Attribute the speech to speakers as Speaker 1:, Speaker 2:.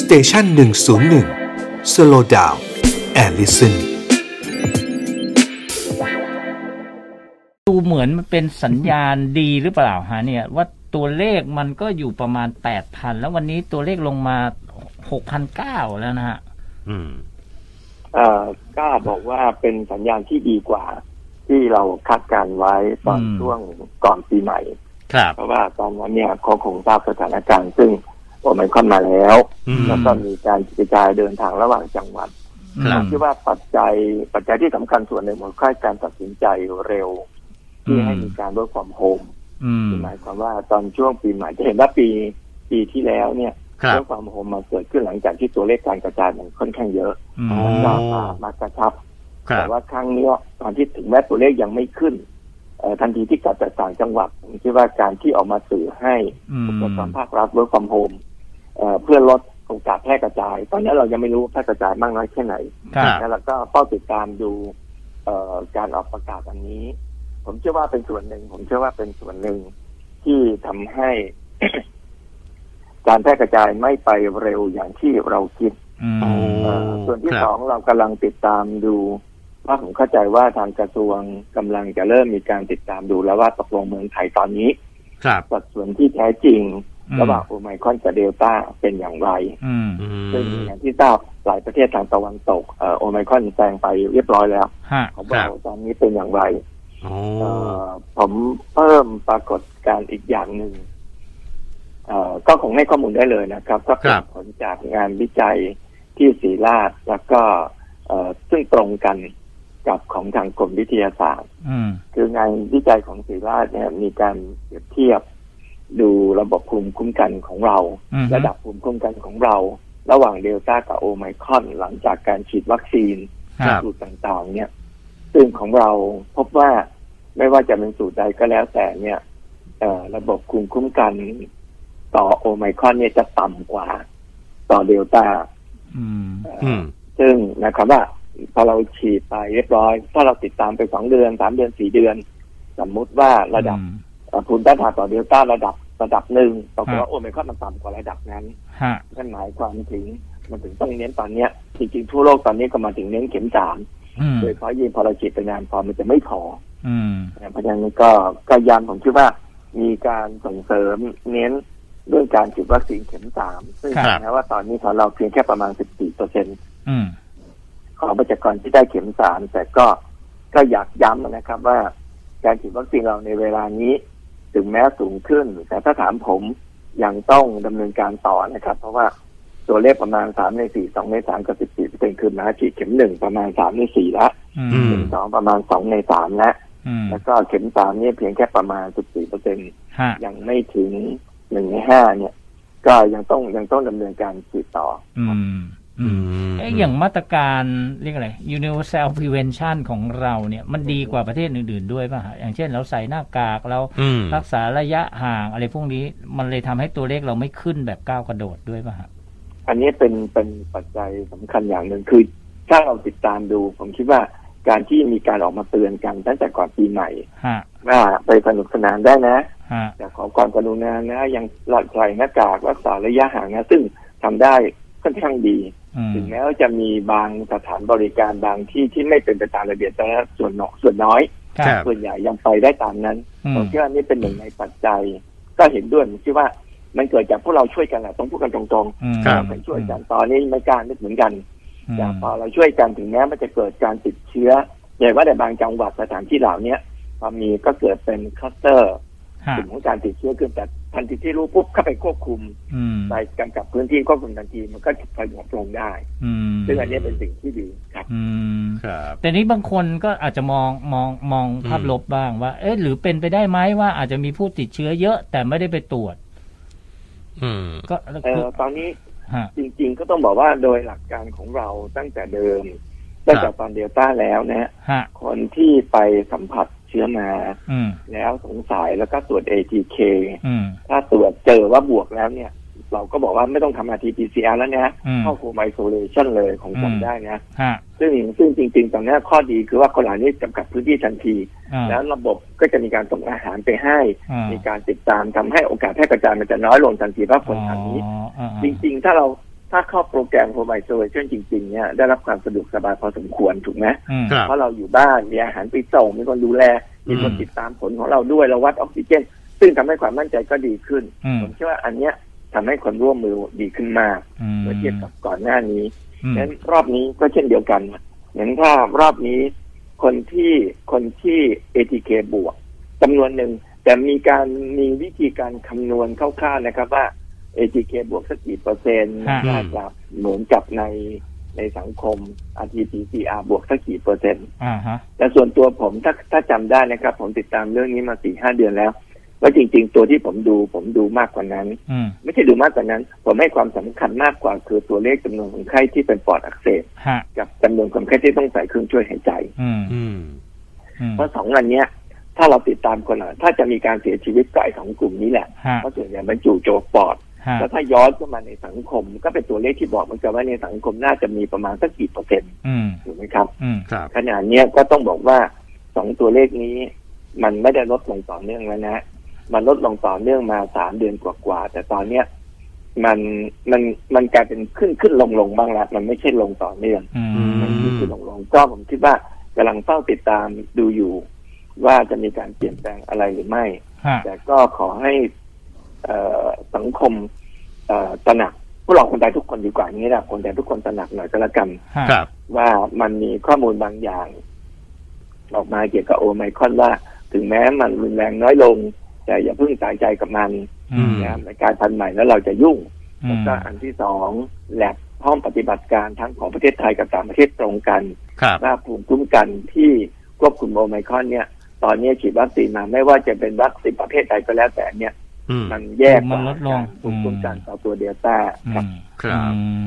Speaker 1: สเตชันหนึ่งศูนย์หนึ่งสโลดาวแอลลิสัน
Speaker 2: ดูเหมือนมันเป็นสัญญาณดีหรือเปล่าฮะเนี่ย ว่าตัวเลขมันก็อยู่ประมาณแปดพันแล้ววันนี้ตัวเลขลงมาหกพันเก้าแล้วนะฮะ
Speaker 3: อืม
Speaker 4: เอ่อกล้าบอกว่าเป็นสัญญาณที่ดีกว่า ที่เราคาดการณ์ไว้ตอน
Speaker 2: อืม
Speaker 4: ช่วงก่อนปีใหม่
Speaker 3: ครับ
Speaker 4: เพราะว่าตอนนั้นเนี่ยเขาคงทราบสถานการณ์ซึ่งโอมันค่อนมาแล้ว
Speaker 3: อืม
Speaker 4: แล้วก็มีการกระจายเดินทางระหว่างจังหวัด
Speaker 3: ครับ
Speaker 2: อืม
Speaker 4: ที่ว่าปัจจัยปัจจัยที่สำคัญส่วนหนึ่งมันค่อยการตัดสินใจเร็ว ที่
Speaker 2: อืม
Speaker 4: ให้มีการลดความโฮม
Speaker 2: อืม
Speaker 4: หมายความว่าตอนช่วงปีใหม่จะเห็นว่าปีปีที่แล้วเนี่ย
Speaker 3: ครับ
Speaker 4: เรื่องความโฮมมาเกิดขึ้นหลังจากที่ตัวเลขการกระจายมันค่อนข้างเยอะ
Speaker 2: อืม
Speaker 3: อ๋อ
Speaker 4: ก็มามากระชับ
Speaker 3: ครั
Speaker 4: แต่
Speaker 3: บ
Speaker 4: ว่าครั้งเนี้ยตอนที่ถึงแม้ตัวเลขยังไม่ขึ้นเอ่อทันทีที่กลับจากต่างจังหวัดผมคิดว่าการที่ออกมาสื่อให้
Speaker 2: อืม
Speaker 4: ผู้ประกอบการภาครัฐ work from home เอ่อเพื่อลดโอกาสแพร่กระจาย ตอนนี้เรายังไม่รู้ว่าแพร่กระจายมากน้อยแค่ไหน
Speaker 2: ครับ
Speaker 4: แล้วเราก็เฝ้าติดตามดูเอ่อการออกประกาศอันนี้ ผมเชื่อว่าเป็นส่วนหนึ่ง ผมเชื่อว่าเป็นส่วนหนึ่งที่ทำให้ การแพร่กระจายไม่ไปเร็วอย่างที่เราคิด
Speaker 2: อืม
Speaker 3: โอ้
Speaker 4: เอ่อส่วนที่
Speaker 3: ครับ
Speaker 4: สองเรากำลังติดตามดูว่าผมเข้าใจว่าทางกระทรวงกำลังจะเริ่มมีการติดตามดูแล้วว่าตกลงเมืองไทยตอนนี้
Speaker 3: ครับ
Speaker 4: สัดส่วนที่แท้จริง
Speaker 2: อืม
Speaker 4: ระหว่างโอไมครอนกับเดลต้าเป็นอย่างไร
Speaker 2: อืม
Speaker 3: อื
Speaker 4: ซึ่ง
Speaker 3: ม
Speaker 4: อย่างที่ทราบหลายประเทศทางตะวันตกเอ่อโอไมครอนแซงไปเรียบร้อยแล้ว
Speaker 2: ฮะ
Speaker 4: ของ
Speaker 3: ครั
Speaker 4: เรา
Speaker 3: บ
Speaker 4: ตอนนี้เป็นอย่างไร
Speaker 3: โอ้
Speaker 4: เอ่อผมเพิ่มปรากฏการณ์อีกอย่างหนึ่งเอ่อก็คงให้ข้อมูลได้เลยนะครับ ก็เป็
Speaker 3: ครั
Speaker 4: น
Speaker 3: บ
Speaker 4: ผลจากงานวิจัยที่ศรีราชแล้วก็เอ่อซึ่งตรงกันกับของทางกรมวิทยาศาสตร์
Speaker 2: อืม
Speaker 4: คืองานวิจัยของศรีราชเนี่ยมีการเปรียบเทียบ ดูระบบภูมิคุ้มกันของเรา
Speaker 2: อืม
Speaker 4: ระดับภูมิคุ้มกันของเรา ระหว่างเดลต้ากับโอไมครอนหลังจากการฉีดวัคซีน
Speaker 3: ครับ
Speaker 4: สูตรต่างๆ เนี่ย ซึ่งของเราพบว่าไม่ว่าจะเป็นสูตรใดก็แล้วแต่เนี่ยเอ่อระบบภูมิคุ้มกันต่อโอไมครอนเนี่ยจะต่ำกว่า ต่อเดลต้า
Speaker 2: อืม
Speaker 4: เอ่ออ
Speaker 3: อืม
Speaker 4: ซึ่งนะครับว่าพอเราฉีดไปเรียบร้อย ถ้าเราติดตามไปสองเดือนสามเดือนสี่เดือน สมมุติว่าระดับ
Speaker 2: อืม
Speaker 4: เอ่อภูมิต้านทานต่อเดลต้าระดับระดับหนึ่งปรา
Speaker 2: ค
Speaker 4: กฏ
Speaker 2: รั
Speaker 4: ว่า
Speaker 2: บ
Speaker 4: โอไมครอนมันต่ำกว่าระดับนั้น
Speaker 2: ฮะ
Speaker 4: นั่นหมายความถึงมันถึงต้องเน้นตอนเนี้ยจริงๆทั่วโลกตอนนี้ก็มาถึงเน้นเข็มสาม
Speaker 2: อืม
Speaker 4: โดยเฉพาะยิ่งพอเราฉีดไปนานพอมันจะไม่พอ
Speaker 2: อืม
Speaker 4: นะเพราะฉะนั้นก็ก็ย้ำผมคิดว่ามีการส่งเสริมเน้นเรื่องการฉีดวัคซีนเข็มสามซึ่ง
Speaker 2: ครับ
Speaker 4: แม้ว่าตอนนี้ของเราเพียงแค่ประมาณ 14เปอร์เซ็น
Speaker 2: อืม
Speaker 4: ของประชากรที่ได้เข็มสามแต่ก็ก็อยากย้ำนะครับว่า การฉีดวัคซีนเราในเวลานี้ ถึงแม้สูงขึ้น แต่ถ้าถามผมยังต้องดำเนินการต่อนะครับ เพราะว่าตัวเลขประมาณสามในสี่สองในสามกับสิบสี่เป็นคือมาฉีดเข็มหนึ่งประมาณสามในสี่ละ
Speaker 2: อืม
Speaker 3: อืม
Speaker 4: สองประมาณสองในสามแล้ว
Speaker 2: อืม
Speaker 4: แล้วก็เข็มสามเนี่ยเพียงแค่ประมาณสิบสี่เปอร์เซ็น
Speaker 2: ฮะ
Speaker 4: ยังไม่ถึงหนึ่งในห้าเนี่ย ก็ยังต้องยังต้องดำเนินการฉีดต่อ
Speaker 2: อืม อื
Speaker 3: อื
Speaker 2: ม
Speaker 3: ม
Speaker 2: เอ๊ะอย่างมาตรการเรียกอะไร universal prevention ของเราเนี่ย มันดีกว่าประเทศอื่น ๆ ด้วยป่ะฮะอย่างเช่นเราใส่หน้ากากเรา
Speaker 3: อืม
Speaker 2: รักษาระยะห่างอะไรพวกนี้ มันเลยทำให้ตัวเลขเราไม่ขึ้นแบบก้าวกระโดดด้วยป่ะฮะ
Speaker 4: อันนี้เป็นเป็นปัจจัยสำคัญอย่างหนึ่งคือ ถ้าเราติดตามดู ผมคิดว่าการที่มีการออกมาเตือนกันตั้งแต่ก่อนปีใหม่
Speaker 2: ฮะ
Speaker 4: ว่าไปสนุกสนานได้นะ
Speaker 2: ฮะ
Speaker 4: แต่ขอความกรุณานะยังหลักใส่หน้ากากรักษาระยะห่างนะซึ่งทำได้ค่อนข้างดี
Speaker 2: อืม
Speaker 4: ถึงแม้ว่าจะมีบางสถานบริการบางที่ที่ไม่เป็นไปตามระเบียบแต่ว่าส่วนน้อยส่วนน้อย
Speaker 2: ครับ
Speaker 4: ส่วนใหญ่ยังไปได้ตามนั้น
Speaker 2: อื
Speaker 4: ผม มคิดว่านี่เป็นหนึ่งในปัจจัย ก็เห็นด้วยผมคิดว่ามันเกิดจากพวกเราช่วยกันแหละต้องพูดกันตรง
Speaker 2: อืม
Speaker 4: ๆ
Speaker 3: ครับ
Speaker 4: เาไม่ช่วยกันตอนนี้ไม่กล้ารนึกเหมือนกัน
Speaker 2: อืม
Speaker 4: แต่พอเราช่วยกันถึงแม้มันจะเกิดการติดเชื้อใหญ่ว่าแต่บางจังหวัดสถานที่เหล่าเนี้ยพอมีก็เกิดเป็นคลัสเตอร์
Speaker 2: ฮะ
Speaker 4: กลุ่มของการติดเชื้อขึ้นแต่ทันทีที่รู้ปุ๊บเข้าไปควบคุม
Speaker 2: อืม
Speaker 4: ไปกำกับพื้นที่ควบคุมทันทีมันก็สงบลงได้
Speaker 2: อืม
Speaker 4: ซึ่งอันนี้เป็นสิ่งที่ดีครับ
Speaker 2: อืม
Speaker 3: ครับ
Speaker 2: แต่นี้บางคนก็อาจจะมองมองมองภาพ
Speaker 3: อืม
Speaker 2: ลบบ้างว่า เอ๊ะหรือเป็นไปได้ไหมว่าอาจจะมีผู้ติดเชื้อเยอะแต่ไม่ได้ไปตรวจ
Speaker 3: อืม
Speaker 2: ก็
Speaker 4: เอ
Speaker 2: คือ
Speaker 4: อตอนนี้
Speaker 2: ฮะ
Speaker 4: จริงๆก็ต้องบอกว่าโดยหลักการของเราตั้งแต่เดิม ตั้งแต่ตอนเดลต้าแล้วนะฮะ
Speaker 2: ฮะ
Speaker 4: คนที่ไปสัมผัสเชื้อมา
Speaker 2: อืม
Speaker 4: แล้วสงสัยแล้วก็ตรวจ ATK
Speaker 2: อืม
Speaker 4: ถ้าตรวจเจอว่าบวกแล้วเนี่ย เราก็บอกว่าไม่ต้องทำ RT-PCR แล้วนะฮะ
Speaker 2: อืม
Speaker 4: เข้าโฮมไอโซเลชันเลยของผม
Speaker 2: อืม
Speaker 4: ได้นะ
Speaker 2: ฮะ
Speaker 4: ซึ่งซึ่งจริงๆ ตอนนี้ข้อดีคือว่าคนเหล่านี้จำกัดพื้นที่ทันที
Speaker 2: อ่า
Speaker 4: แล้วระบบก็จะมีการส่งอาหารไปให้
Speaker 2: อ่า
Speaker 4: มีการติดตามทำให้โอกาสแพร่กระจายมันจะน้อยลงทันทีเพราะคนเหล่านี้
Speaker 2: อ๋ออ่าอ่า
Speaker 4: จริงๆ ถ้าเรา ถ้าเข้าโปรแกรมโฮมไอโซเลชันจริงๆเนี่ยได้รับความสะดวกสบายพอสมควรถูกไหม
Speaker 2: อืม
Speaker 3: ครับ
Speaker 4: เพราะเราอยู่บ้านมีอาหารไปส่งมีคนดูแล มีคน
Speaker 3: อืม
Speaker 4: ติดตามผลของเราด้วยเราวัดออกซิเจน ซึ่งทำให้ความมั่นใจก็ดีขึ้น
Speaker 2: อืม
Speaker 4: ผมเชื่อว่าอันเนี้ยทำให้คนร่วมมือดีขึ้นมาก
Speaker 2: อืม
Speaker 4: เมื่อเทียบกับก่อนหน้านี้
Speaker 2: อืม
Speaker 4: งั้นรอบนี้ก็เช่นเดียวกันงั้นถ้ารอบนี้คนที่คนที่ ATK บวกจำนวนหนึ่ง แต่มีการมีวิธีการคำนวณคร่าวๆนะครับว่า ATK บวกสักกี่เปอร์เซ็นต์
Speaker 2: ฮะ
Speaker 3: อื
Speaker 4: น่าม จะเหมือนกับในในสังคม RT-PCR บวกสักกี่เปอร์เซ็นต์
Speaker 2: อ่าฮะ
Speaker 4: แต่ส่วนตัวผมถ้าถ้าจำได้นะครับ ผมติดตามเรื่องนี้มาสี่ห้าเดือนแล้ว ว่าจริง ๆ ตัวที่ผมดูผมดูมากกว่านั้น
Speaker 2: อืม
Speaker 4: ไม่ใช่ดูมากกว่านั้น ผมให้ความสำคัญมากกว่าคือตัวเลขจำนวนคนไข้ที่เป็นปอดอักเสบ
Speaker 2: ฮะ
Speaker 4: กับจำนวนคนไข้ที่ต้องใส่เครื่องช่วยหายใจ
Speaker 2: อืม
Speaker 3: อืม
Speaker 2: อืม
Speaker 4: เพราะสองอันเนี้ย ถ้าเราติดตามคนละถ้าจะมีการเสียชีวิตก็ไอ้สองกลุ่มนี้แหละ
Speaker 2: ฮะ
Speaker 4: เพราะส่วนใหญ่มันจู่โจมปอด
Speaker 2: ฮะ
Speaker 4: แล้วถ้าย้อนเข้ามาในสังคม ก็เป็นตัวเลขที่บอกเหมือนกันว่าในสังคมน่าจะมีประมาณสักกี่เปอร์เซ็นต์
Speaker 2: อืม
Speaker 4: ถูกไหมครับ
Speaker 2: อืม
Speaker 3: ครับ
Speaker 4: ขนาดเนี้ยก็ต้องบอกว่าสองตัวเลขนี้ มันไม่ได้ลดลงต่อเนื่องแล้วนะ มันลดลงต่อเนื่องมาสามเดือนกว่าๆแต่ตอนเนี้ยมันมันมันกลายเป็นขึ้นขึ้นลงลงบ้างละมันไม่ใช่ลงต่อเนื่อง
Speaker 2: อืม
Speaker 4: มันขึ้นขึ้นลงลงก็ผมคิดว่ากำลังเฝ้าติดตามดูอยู่ ว่าจะมีการเปลี่ยนแปลงอะไรหรือไม่
Speaker 2: ฮะ
Speaker 4: แต่ก็ขอให้เอ่อสังคมเอ่อตระหนักพวกเราคนไทยทุกคนดีกว่าอย่างนี้นะคนไทยทุกคนตระหนักหน่อยก็แล้วกัน
Speaker 2: ฮะ
Speaker 3: ครับ
Speaker 4: ว่ามันมีข้อมูลบางอย่าง ออกมาเกี่ยวกับโอไมครอนว่า ถึงแม้มันรุนแรงน้อยลง แต่อย่าเพิ่งตายใจกับมัน
Speaker 2: อืม
Speaker 3: ม
Speaker 4: นะครับในการพันธุ์ใหม่แล้วเราจะยุ่ง
Speaker 2: อื
Speaker 4: แล้ว
Speaker 2: ม
Speaker 4: ก็อันที่สองแลบห้องปฏิบัติการทั้งของประเทศไทยกับต่างประเทศตรงกัน
Speaker 3: ครับ
Speaker 4: ว่าภูมิคุ้มกันที่ควบคุมโอไมครอนเนี่ย ตอนนี้ฉีดวัคซีนมาไม่ว่าจะเป็นวัคซีนประเภทใดก็แล้วแต่เนี่ย
Speaker 3: อืม
Speaker 4: มันแยกกว่าการภูมิคุ้มกันต่อตัวเดลต้า
Speaker 2: อื
Speaker 4: ครับ
Speaker 2: ม
Speaker 3: ครับ
Speaker 2: อืม